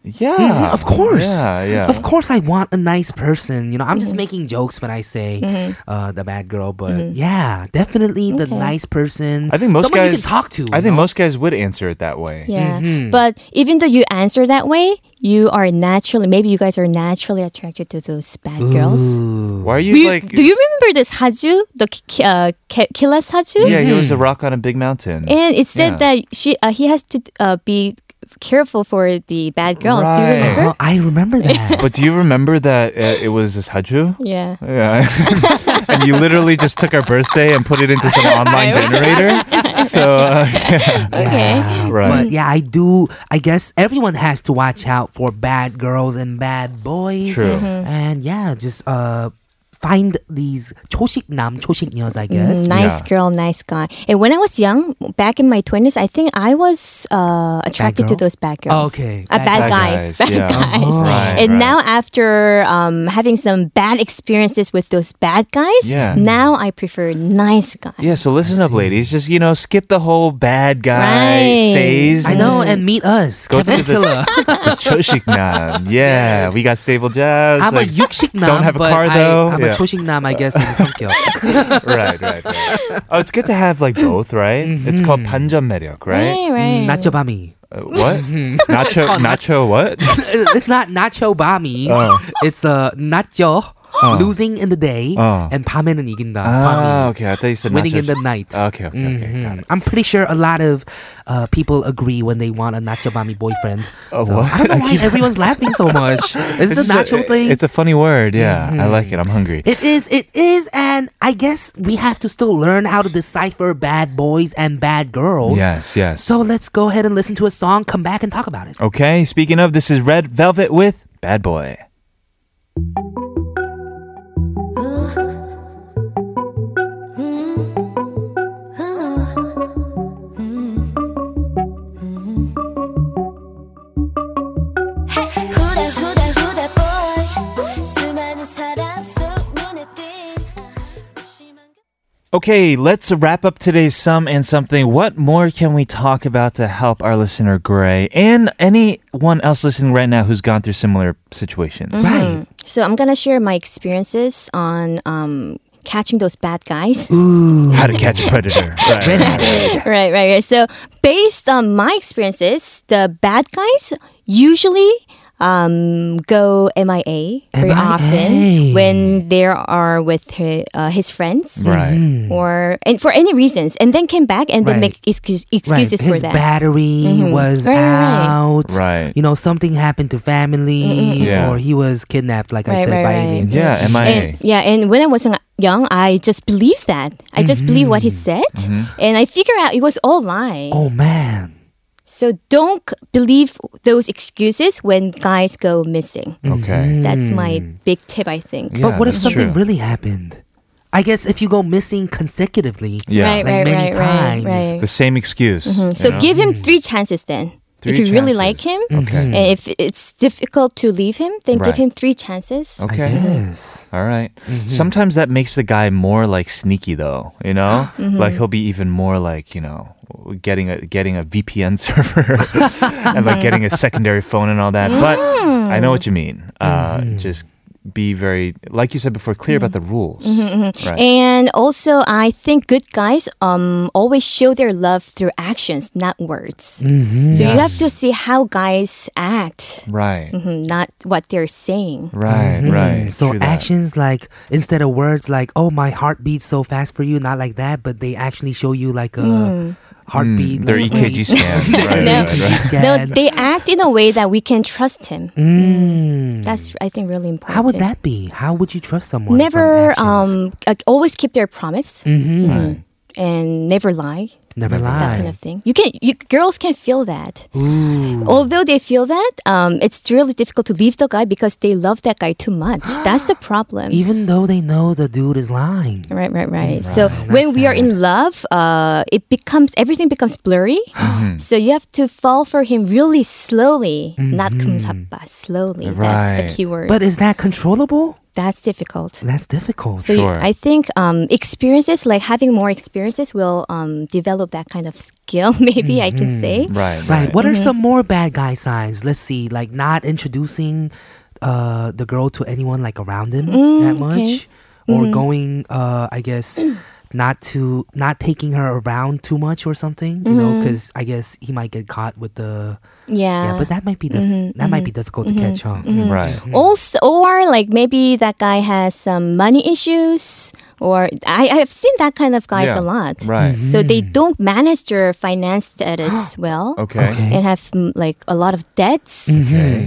Yeah.
Mhm, of course.
Yeah, yeah.
Of course, I want a nice person. You know, I'm just making jokes when I say uh, the bad girl, but yeah, definitely the nice person.
I think most
Someone
guys
you can talk to.
I
you
think
know?
most guys would answer it that way.
Yeah. But even though you answer that way, you are naturally maybe you guys are naturally attracted to those bad girls.
Why are you
Do you,
like?
do you remember this Haju, the ki- ki- uh, ki- Killa Haju?
yeah, he
Mm-hmm.
was a rock on a big mountain.
And it said
Yeah.
that she uh, he has to uh, be careful for the bad girls. Do you
Right. Uh-huh.
remember?
Oh, I remember that.
but do you remember that uh, it was this Haju?
Yeah.
Yeah. [laughs] and you literally just took our birthday and put it into some online generator. So, uh,
[laughs]
Okay.
Ah, right.
But yeah, I do. I guess everyone has to watch out for bad girls and bad boys.
True.
Mm-hmm.
And yeah, just uh, find these 초식 남, 초식 녀, I guess.
Mm, Nice
Yeah.
girl, nice guy. And when I was young, back in my twenties, I think I was uh, attracted to
girl?
those bad girls.
Okay.
Uh,
Bad-
bad,
Bad guys,
guys. Bad
yeah.
guys.
Oh. Right,
[laughs] and
right.
now after um, having some bad experiences with those bad guys,
Yeah.
now I prefer nice guys.
Yeah, so listen up, ladies. Just, you know, skip the whole bad guy
Right.
phase. and
I know,
just
and meet us,
Go to
Kevin
the- [laughs]
Killer.
The Choshiknam. Yeah, we got stable jobs.
I'm
like,
a 육식 남,
Don't have a
but
car,
I,
though.
I'm
Yeah.
a 초식 남, I guess, in
[laughs]
성격.
[laughs] right, right, right. Oh, it's good to have like both, right? It's called 반전 매력, right?
right. right.
Nacho bami. [laughs]
Uh, what? [laughs] Nacho, nacho, what?
It's not nacho bami.
Oh.
It's uh, nacho losing in the day
Oh.
and 밤에는 이긴다.
Ah,
밤이.
okay. I thought you said
Winning
nacho.
in the night.
Okay, okay, okay. Got it.
Mm, I'm pretty sure a lot of uh, people agree when they want a nacho bami boyfriend.
Oh,
So,
what? [laughs]
I don't know why everyone's laughing so much.
It's
Is it the
just a-
nacho thing?
It's a funny word. Yeah, I like it. I'm hungry.
It is, it is, and I guess we have to still learn how to decipher bad boys and bad girls.
Yes, yes.
So let's go ahead and listen to a song, come back and talk about it.
Okay, speaking of, this is Red Velvet with Bad Boy.
후다 후다 후다 boy 수많은 사람 속 눈에 띈
Okay, let's wrap up today's Some and Something. What more can we talk about to help our listener, Gray, and anyone else listening right now who's gone through similar situations?
Mm-hmm.
Right.
So I'm gonna share my experiences on um, catching those bad guys.
How
[laughs]
to catch a predator. Right, right, right.
right, right, right. So based on my experiences, the bad guys usually um, go MIA very
MIA.
often when they are with his, uh, his friends
Right.
or and for any reasons, and then came back and then
Hmm. Right.
make excuse,
Right.
excuses
His
for that. Mm-hmm.
battery was
Right, right, right.
out.
Right.
You know, something happened to family,
Yeah.
or he was kidnapped, like I
Right,
said,
right,
by
right.
aliens.
Yeah, MIA.
And, yeah, and when I was young, I just believed
Mm-hmm.
that. I just believed what he said, and I figured out it was all lie.
Oh man.
So don't c- believe those excuses when guys go missing.
Okay.
That's my
Hmm.
big tip, I think.
Yeah,
but what if
that's
something
true.
really happened? I guess if you go missing consecutively,
Yeah.
Right,
Like
right,
many
right, right,
times.
right,
The same excuse. you
Mm-hmm. So
know? Hmm.
give him three chances then.
Three
if you really like him,
chances. Okay.
and if it's difficult to leave him, then give
Right.
him three chances.
Okay.
yes.
All right. Sometimes that makes the guy more like sneaky, though. You know, like he'll be even more like you know, getting a getting a VPN [laughs] server and like getting a secondary phone and all that. But I know what you mean. Uh, Just be very, like you said before, clear about the rules. Right.
And also, I think good guys um always show their love through actions, not words.
Mm-hmm.
So you have to see how guys act,
right.
mhm, not what they're saying.
Right. Mm. Right.
Mm-hmm. Mm. So
True that.
actions like instead of words like "oh my heart beats so fast for you," not like that, but they actually show you like a
Hmm.
heartbeat.
Their
like, [laughs] E
EKG E scan. right,
No.
right, right.
No,
scan.
they act in a way that we can trust him. That's
Hmm.
I think really important.
Mm. How would that be? How would you trust someone? from
Never
actions?
um like always keep their promise
Mhm.
Right.
and never lie.
never
That
lie.
kind Oh. of thing. You can you, girls can feel that. Although they feel that, um, it's really difficult to leave the guy because they love that guy too much. That's the problem.
Even though they know the dude is lying.
Right, right, right. So when we are in love, uh, it becomes everything becomes blurry. so you have to fall for him really slowly, not kumsapa, slowly. That's
Right.
the key word.
But is that controllable?
that's difficult.
That's difficult.
So you-
Sure.
I think um, experiences, like having more experiences, will um, develop that kind of skill. [laughs] Maybe I can say.
Right.
right.
Right.
What are some more bad guy signs? Let's see, like not introducing uh, the girl to anyone like around him that much, or going, uh, I guess, not to not taking her around too much or something. You know, because I guess he might get caught with the Mm-hmm. yeah.
Yeah.
But that might be diff- that might be difficult to catch, huh?
Right.
also, or like maybe that guy has some money issues, or I, I have seen that kind of guys
Yeah.
a lot.
Right.
So they
Mm-hmm.
don't manage their
[gasps]
finance status well.
Okay.
Okay. Mm-hmm.
and have mm, like a lot of debts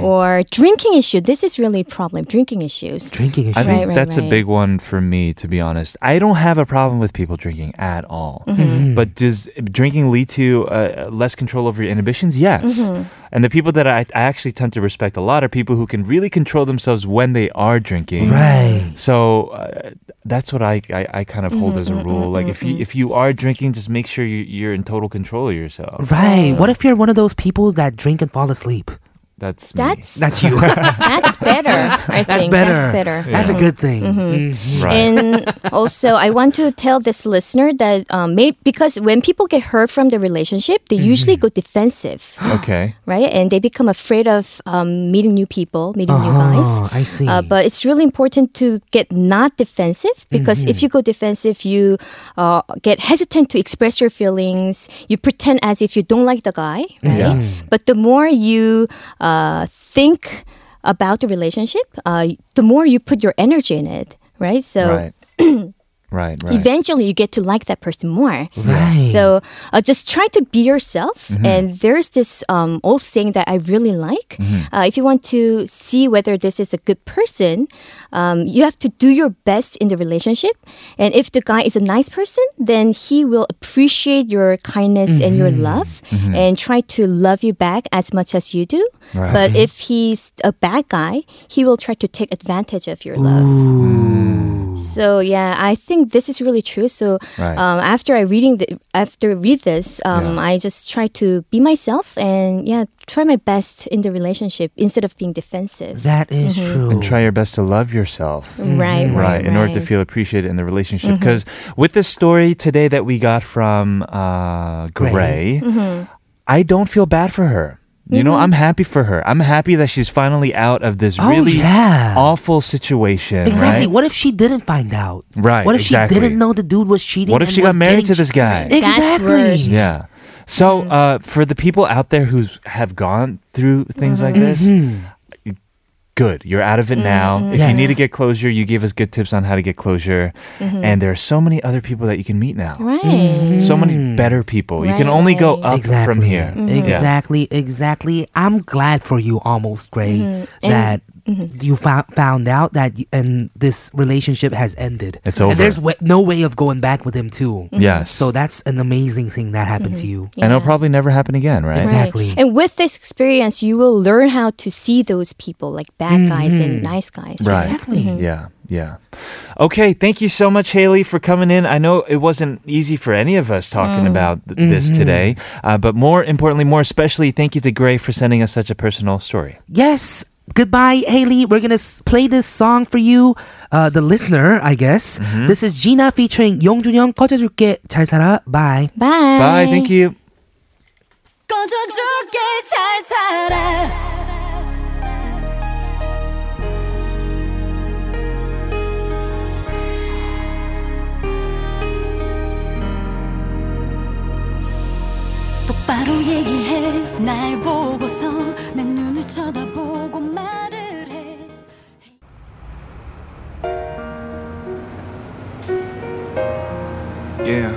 or drinking issue. This is really a problem. Drinking issues.
Drinking issue.
I think
Right, right,
that's a
right.
big one for me, to be honest. I don't have a problem with people drinking at all.
Mm-hmm.
But does drinking lead to uh, less control over your inhibitions? Yes.
Mm-hmm.
And the people that I, I actually tend to respect a lot are people who can really control themselves when they are drinking.
Right.
So uh, that's what I, I, I kind of
Mm-hmm,
hold as a rule. Like if you if you are drinking, just make sure you, you're in total control of yourself.
Right. What if you're one of those people that drink and fall asleep?
That's
That's
That's you.
that's
[laughs]
better. I
That's
think
better.
That's better.
[laughs] That's a good thing. Mm-hmm.
me. right. [laughs]
And also, I want to tell this listener that um, may, because when people get hurt from the relationship,
Mm-hmm.
they usually go defensive,
okay.
right? And they become afraid of um, meeting new people, meeting
Ah,
new guys.
Oh, I see.
Uh, but it's really important to get not defensive because if
Mm-hmm.
you go defensive, you uh, get hesitant to express your feelings. You pretend as if you don't like the guy, right?
Yeah.
But the more you uh, think about the relationship, uh, the more you put your energy in it, right? So. [clears throat]
Right. right. Right.
Eventually, you get to like that person more.
Right.
So, uh, just try to be yourself. And there's this um, old saying that I really like. Uh, if you want to see whether this is a good person, um, you have to do your best in the relationship. And if the guy is a nice person, then he will appreciate your kindness and your love and try to love you back as much as you do. But if he's a bad guy, he will try to take advantage of your love. So yeah, I think this is really true. So
Right.
um, after I reading the, after I read this, um,
Yeah.
I just try to be myself and yeah, try my best in the relationship instead of being defensive.
That is true.
and try your best to love yourself.
Right, right,
Mm-hmm. right in order to
right.
feel appreciated in the relationship
Mm-hmm.
because with this story today that we got from uh, gray,
Gray. Mm-hmm.
i don't feel bad for her you know i'm happy for her i'm happy that she's finally out of this
Oh,
really
yeah.
awful situation
Exactly.
right
What if she didn't find out?
Right,
What if
exactly.
she didn't know the dude was cheating?
What if
and
she got
was
married
getting
to
Mm-hmm.
this guy?
cheated?
That's
Exactly.
worse.
yeah so uh, for the people out there who have gone through things like this
Mm-hmm.
good. You're out of it now. If you
Yes. Mm-hmm.
need to get closure, you gave us good tips on how to get closure. And there are so many other people that you can meet now.
Right.
So many better people. you can
Right,
only go
right.
up
Mm. Exactly. Mm-hmm.
from here. Yeah.
Exactly. Exactly. I'm glad for you, almost Gray, that you found found out that y- and this relationship has ended.
It's over.
And there's wa no way of going back with him too.
Yes.
So that's an amazing thing that happened to you.
and it'll probably never happen again, right?
Right. Exactly.
And with this experience, you will learn how to see those people, like bad guys and nice guys.
Mm-hmm. Right.
Exactly.
Yeah, yeah. Okay, thank you so much, Haley, for coming in. I know it wasn't easy for any of us talking about th- this
Mm-hmm.
today, uh, but more importantly, more especially, thank you to Gray for sending us such a personal story.
Yes. Goodbye, Haley. We're gonna s- play this song for you, uh, the listener, I guess.
Mm-hmm.
This is Gina featuring 용준영 꺼져줄게 잘 살아. Bye.
Bye.
Bye, thank you.
꺼져줄게 잘 살아 똑바로 얘기해 날 보고서 내 눈을 쳐다보고 말을 해
Yeah.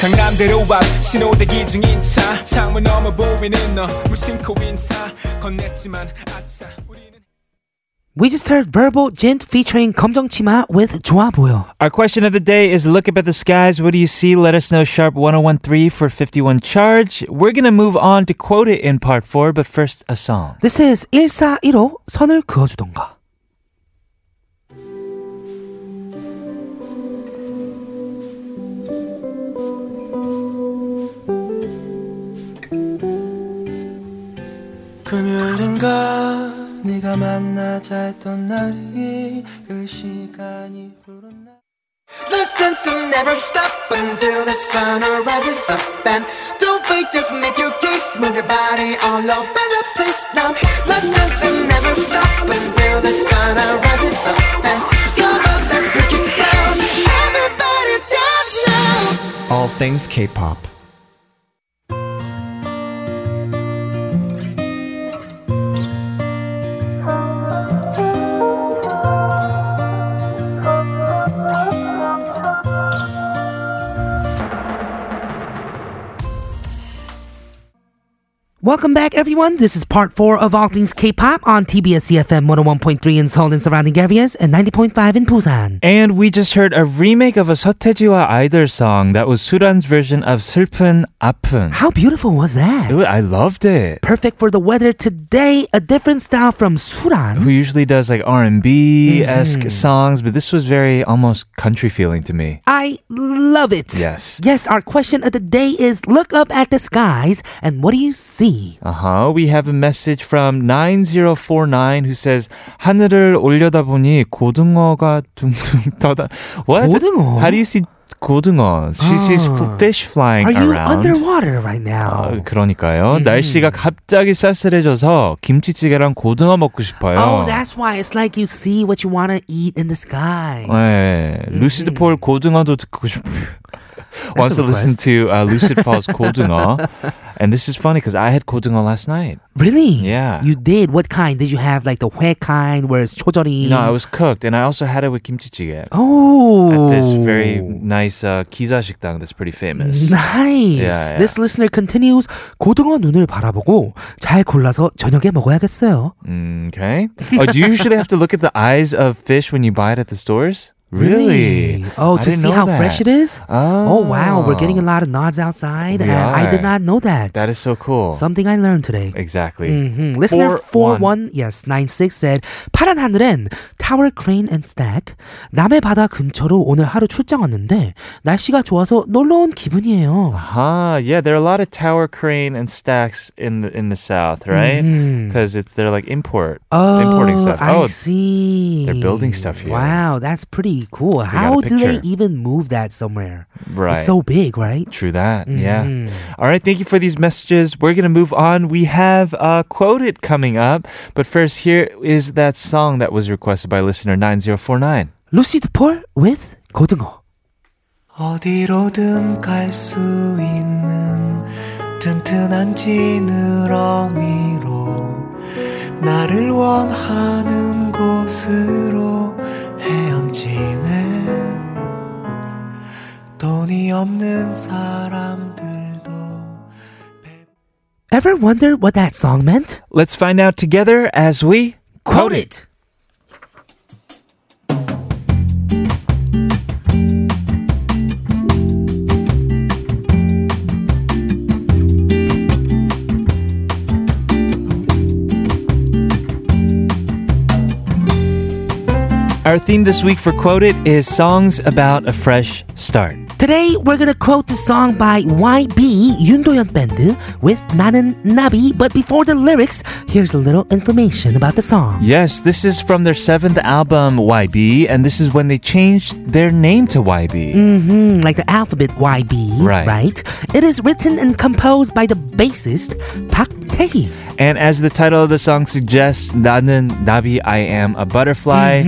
강남대로 앞 신호대기 중인 차 창문 넘어 보이는 너 무심코 인사 건넸지만 아차 우리는
We just heard Verbal Gent featuring 검정치마 with 좋아 보여.
Our question of the day is look up at the skies. What do you see? Let us know sharp 1013 for 51 charge. We're going to move on to quote it in part four, but first, a song.
This is 1415 선을 그어주던가.
금요일인가 네가 만나자 했던 날이 그 시간이 흐른 날
The sun never stop until the sun rises up and don't wait, just make your case, move your body all over the place now. The sun never stop until the sun rises up and come on, let's break it down. Everybody dance now.
All things K-pop
Welcome back, everyone. This is part four of All Things K-pop on TBS CFM 101.3 in Seoul and surrounding areas and 90.5 in Busan.
And we just heard a remake of a 서태지와 아이들 song that was Suran's version of 슬픈 아픈.
How beautiful was that?
It wa- I loved it.
Perfect for the weather today. A different style
who
from Suran.
usually does like R&B esque
Mm-hmm.
songs, but this was very almost country feeling to me.
I love it.
Yes.
Yes, our question of the day is look up at the skies and what do you see?
Uh huh. We have a message from 9049 who says, 하늘을 올려다보니 고등어가 둥둥 [laughs] 떠다. What?
고등어?
How do you see 고등어? She sees
Ah.
f- fish flying
Are you
around. Oh,
underwater right now?
아, 그러니까요.
음.
날씨가 갑자기 쌀쌀해져서 김치찌개랑 고등어 먹고 싶어요.
Oh, that's why it's like you see what you want to eat in the sky.
네, 루시드 폴 고등어도 듣고 싶. Wants to
음. a
listen to uh, Lucid Paul's 고등어, and this is funny because I had 고등어 last night.
Really?
Yeah.
You did. What kind? Did you have like the hue kind where it's chojeori?
No, I was cooked, and I also had it with kimchi
Oh.
at this very nice uh, 기자 식당 that's pretty famous.
[laughs] Nice.
Yeah, yeah.
This listener continues. 고등어 눈을 바라보고 잘 골라서 저녁에 먹어야겠어요.
Okay. Oh, do you usually have to look at the eyes of fish when you buy it at the stores? Really?
Oh,
I
to
didn't
see
know
how
that.
fresh it is?
Oh,
wow. We're getting a lot of nods outside.
We
and I did
are.
not know that.
That is so cool.
something I learned today.
exactly.
hmm Listener
Four,
41, yes, 96 said 파란 하늘엔 tower crane and stack 남해 바다 근처로 오늘 하루 출장 왔는데 날씨가 좋아서 놀러 온 기분이에요.
Huh? Yeah, there are a lot of tower crane and stacks in the in the south, right? Because it's they're like import importing stuff.
Mm-hmm. I
oh,
see.
they're building stuff here.
Wow, that's pretty cool.
got a
How do they
picture.
even move that somewhere?
right.
It's so big, right?
True that.
Mm-hmm.
Yeah. All right. Thank you for these messages. We're gonna move on. We have uh, quote it coming up, but first here is that song that was requested by listener nine zero four nine.
루시드 폴 with 고등어.
어디로든 갈 수 있는 튼튼한 지느러미로 나를 원하는 곳으로 헤엄치네 돈이 없는 사람들도
Ever wonder what that song meant?
Let's find out together as we quote it. Our theme this week for Quote It is songs about a fresh start.
Today we're gonna quote the song by YB Yundoyeon Band with 나는 나비. But before the lyrics, here's a little information about the song.
Yes, this is from their seventh album, YB, and this is when they changed their name to YB.
hmm like the alphabet YB,
Right.
right? It is written and composed by the bassist Park Tae.
And as the title of the song suggests, 나는 나비, I am a butterfly.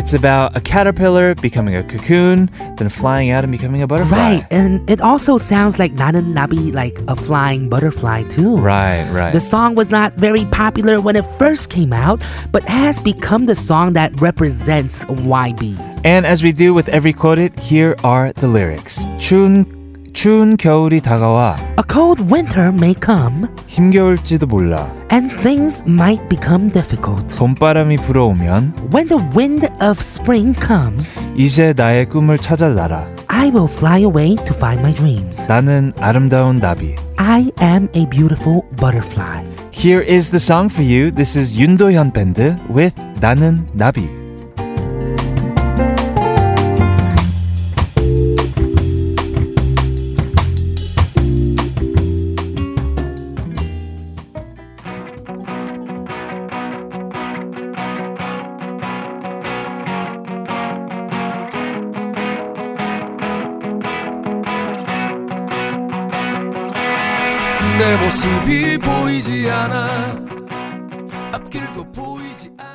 It's about a caterpillar becoming a cocoon, then flying out and becoming a butterfly.
Right, and it also sounds like 나는 나비, like a flying butterfly too.
Right, right.
The song was not very popular when it first came out, but has become the song that represents YB.
And as we do with every quote it, here are the lyrics. 추운, 추운 겨울이 다가와
A cold winter may come,
힘겨울지도 몰라.
and things might become difficult.
봄바람이 불어오면
When the wind of spring comes,
이제 나의 꿈을 찾아 날아.
I will fly away to find my dreams.
나는 아름다운 나비.
I am a beautiful butterfly.
Here is the song for you. This is 윤도현 밴드 with 나는 나비.
내 모습이 보이지 않아 앞길도 보이지 않아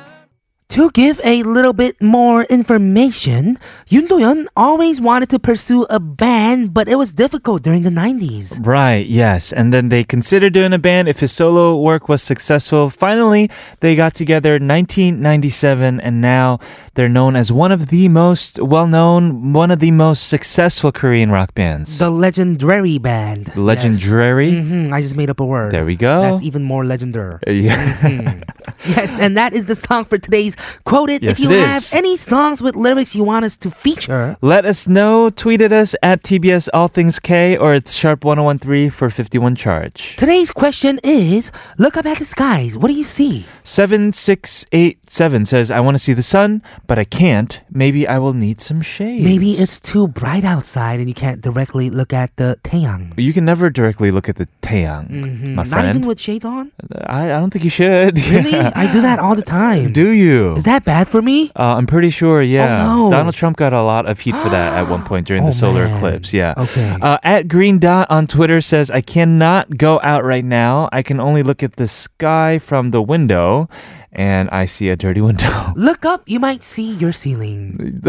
To give a little bit more information, Yoon Do-yeon always wanted to pursue a band, but it was difficult during the 90s.
Right, yes. And then they considered doing a band if his solo work was successful. Finally, they got together in 1997, and now they're known as one of the most well known, one of the most successful Korean rock bands.
The legendary band.
Legendary.
hmm I just made up a word.
There we go.
That's e- even more legendary.
[laughs] Yeah.
Yes, and that is the song for today's quoted.
Yes,
if you
it
have
is.
any songs with lyrics you want us to feature,
Let us know. Tweet at us at TBS All Things K or it's sharp1013 for 51 charge.
today's question is: Look up at the skies. What do you see?
7687 says, I want to see the sun, but I can't. Maybe I will need some shades.
Maybe it's too bright outside and you can't directly look at the taeyang.
You can never directly look at the taeyang, my
Mm-hmm. Not
friend.
even with
[laughs]
shades on.
I, I don't think you should. [laughs]
Really? I do that all the time.
Do you?
Is that bad for me?
uh, I'm pretty sure, yeah.
no.
Donald Trump got a lot of heat for that at one point during
[gasps] Oh,
the solar
man.
eclipse, yeah.
Okay.
Uh, at Green Dot on Twitter says, I cannot go out right now. I can only look at the sky from the window, and I see a dirty window. [laughs]
Look up, you might see your ceiling.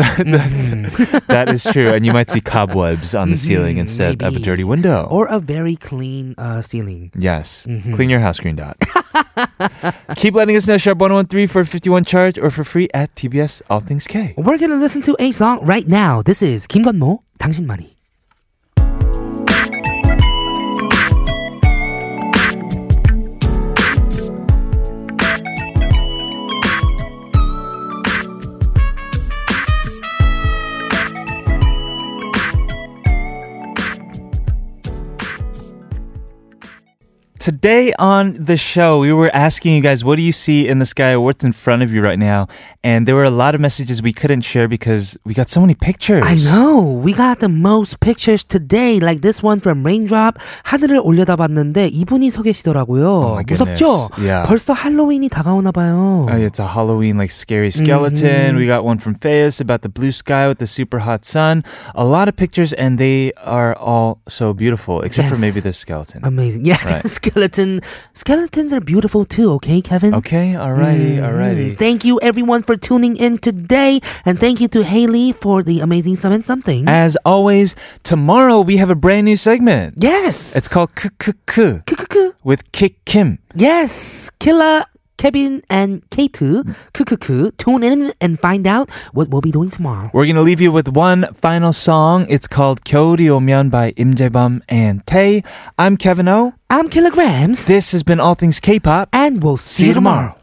that is true. And you might see cobwebs on the ceiling instead of a
Mm-hmm, maybe.
dirty window.
Or Mm-hmm. a very clean uh, ceiling.
Yes. Clean your house, Green Dot. [laughs] Keep letting us know, Sharp 1013 for 51 charge or for free at TBS All Things K.
We're gonna listen to a song right now. This is Kim Gunmo, 당신만이.
Today on the show, we were asking you guys, what do you see in the sky or what's in front of you right now? And there were a lot of messages we couldn't share because we got so many pictures.
I know. We got the most pictures today. Like this one from Raindrop. 하늘을 올려다봤는데 이분이 서 계시더라고요.
Oh my goodness.
무섭죠?
Yeah.
벌써 할로윈이 다가오나 봐요.
Uh, it's a Halloween like scary skeleton.
Mm-hmm.
We got one from Feus about the blue sky with the super hot sun. A lot of pictures, and they are all so beautiful, except for
Yes. Um,
maybe the skeleton.
Amazing. Yeah,
Right.
[laughs] skeleton. Skeletons are beautiful too, okay, Kevin? Hmm.
okay,
mm.
alrighty, alrighty.
Thank you everyone for tuning in today and thank you to Haley for the amazing summon something.
As always, tomorrow we have a brand new segment.
yes.
It's called Kukuku
Kukuku.
with Kick Kim.
Yes, Killa Kevin and Kate.
Hmm.
크크크. Tune in and find out what we'll be doing tomorrow.
We're gonna leave you with one final song. It's called 겨울이 오면 by Im Jae-bum and Tae. I'm Kevin O.
I'm Kilograms,
This has been All Things K-pop.
and we'll see,
See you tomorrow.